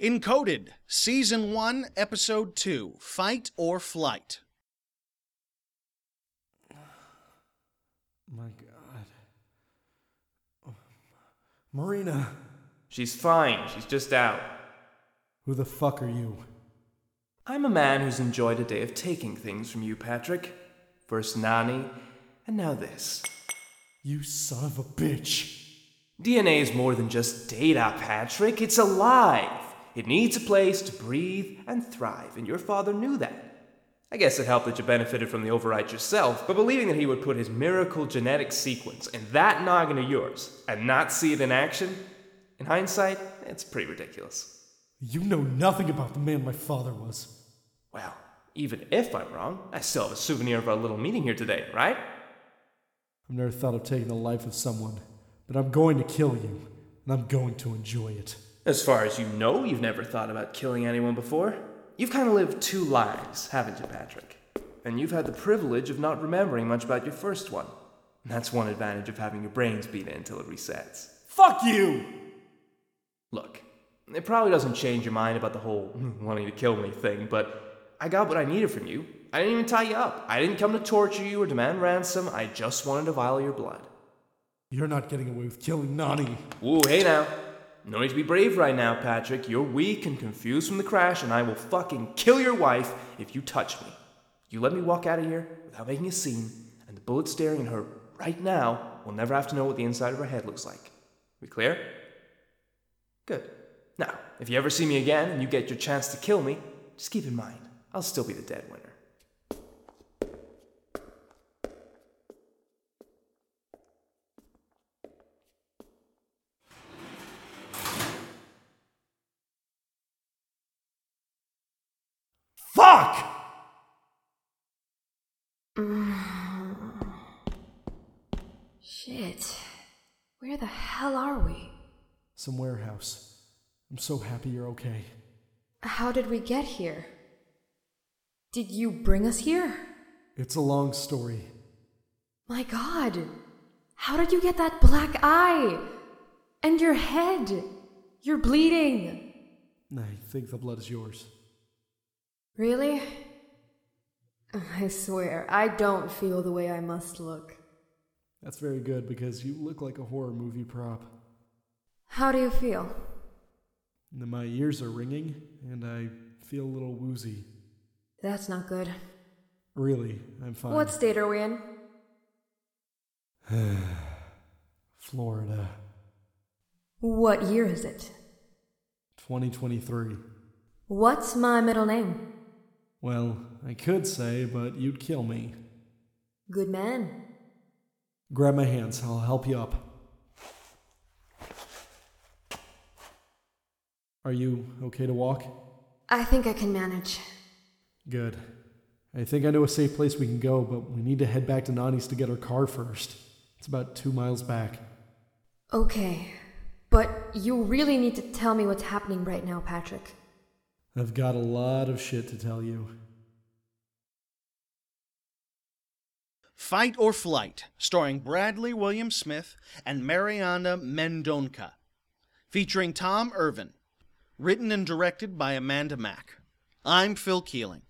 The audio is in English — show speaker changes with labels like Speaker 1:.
Speaker 1: Encoded, Season 1, Episode 2 Fight or Flight.
Speaker 2: My God. Oh, Marina!
Speaker 3: She's fine. She's just out.
Speaker 2: Who the fuck are you?
Speaker 3: I'm a man who's enjoyed a day of taking things from you, Patrick. First Nani, and now this.
Speaker 2: You son of a bitch!
Speaker 3: DNA is more than just data, Patrick. It's alive. It needs a place to breathe and thrive, and your father knew that. I guess it helped that you benefited from the override yourself, but believing that he would put his miracle genetic sequence in that noggin of yours and not see it in action, in hindsight, it's pretty ridiculous.
Speaker 2: You know nothing about the man my father was.
Speaker 3: Well, even if I'm wrong, I still have a souvenir of our little meeting here today, right?
Speaker 2: I've never thought of taking the life of someone, but I'm going to kill you, and I'm going to enjoy it.
Speaker 3: As far as you know, you've never thought about killing anyone before. You've kind of lived two lives, haven't you, Patrick? And you've had the privilege of not remembering much about your first one. And that's one advantage of having your brains beat in until it resets.
Speaker 2: Fuck you!
Speaker 3: Look, it probably doesn't change your mind about the whole wanting to kill me thing, but I got what I needed from you. I didn't even tie you up. I didn't come to torture you or demand ransom. I just wanted to vial your blood.
Speaker 2: You're not getting away with killing Nani.
Speaker 3: Ooh, hey now. No need to be brave right now, Patrick. You're weak and confused from the crash, and I will fucking kill your wife if you touch me. You let me walk out of here without making a scene, and the bullet staring at her right now will never have to know what the inside of her head looks like. We clear? Good. Now, if you ever see me again and you get your chance to kill me, just keep in mind, I'll still be the dead winner.
Speaker 2: Fuck!
Speaker 4: Shit. Where the hell are we?
Speaker 2: Some warehouse. I'm so happy you're okay.
Speaker 4: How did we get here? Did you bring us here?
Speaker 2: It's a long story.
Speaker 4: My god. How did you get that black eye? And your head? You're bleeding.
Speaker 2: I think the blood is yours.
Speaker 4: Really? I swear, I don't feel the way I must look.
Speaker 2: That's very good because you look like a horror movie prop.
Speaker 4: How do you feel?
Speaker 2: And my ears are ringing, and I feel a little woozy.
Speaker 4: That's not good.
Speaker 2: Really, I'm fine.
Speaker 4: What state are we in?
Speaker 2: Florida,
Speaker 4: What year is it?
Speaker 2: 2023.
Speaker 4: What's my middle name?
Speaker 2: Well, I could say, but you'd kill me.
Speaker 4: Good man.
Speaker 2: Grab my hands, I'll help you up. Are you okay to walk?
Speaker 4: I think I can manage.
Speaker 2: Good. I think I know a safe place we can go, but we need to head back to Nani's to get her car first. It's about two miles back.
Speaker 4: Okay. But you really need to tell me what's happening right now, Patrick.
Speaker 2: I've got a lot of shit to tell you.
Speaker 1: Fight or Flight, starring Bradley William Smith and Mariana Mendonca. Featuring Tom Irvin. Written and directed by Amanda Mack. I'm Phil Keeling.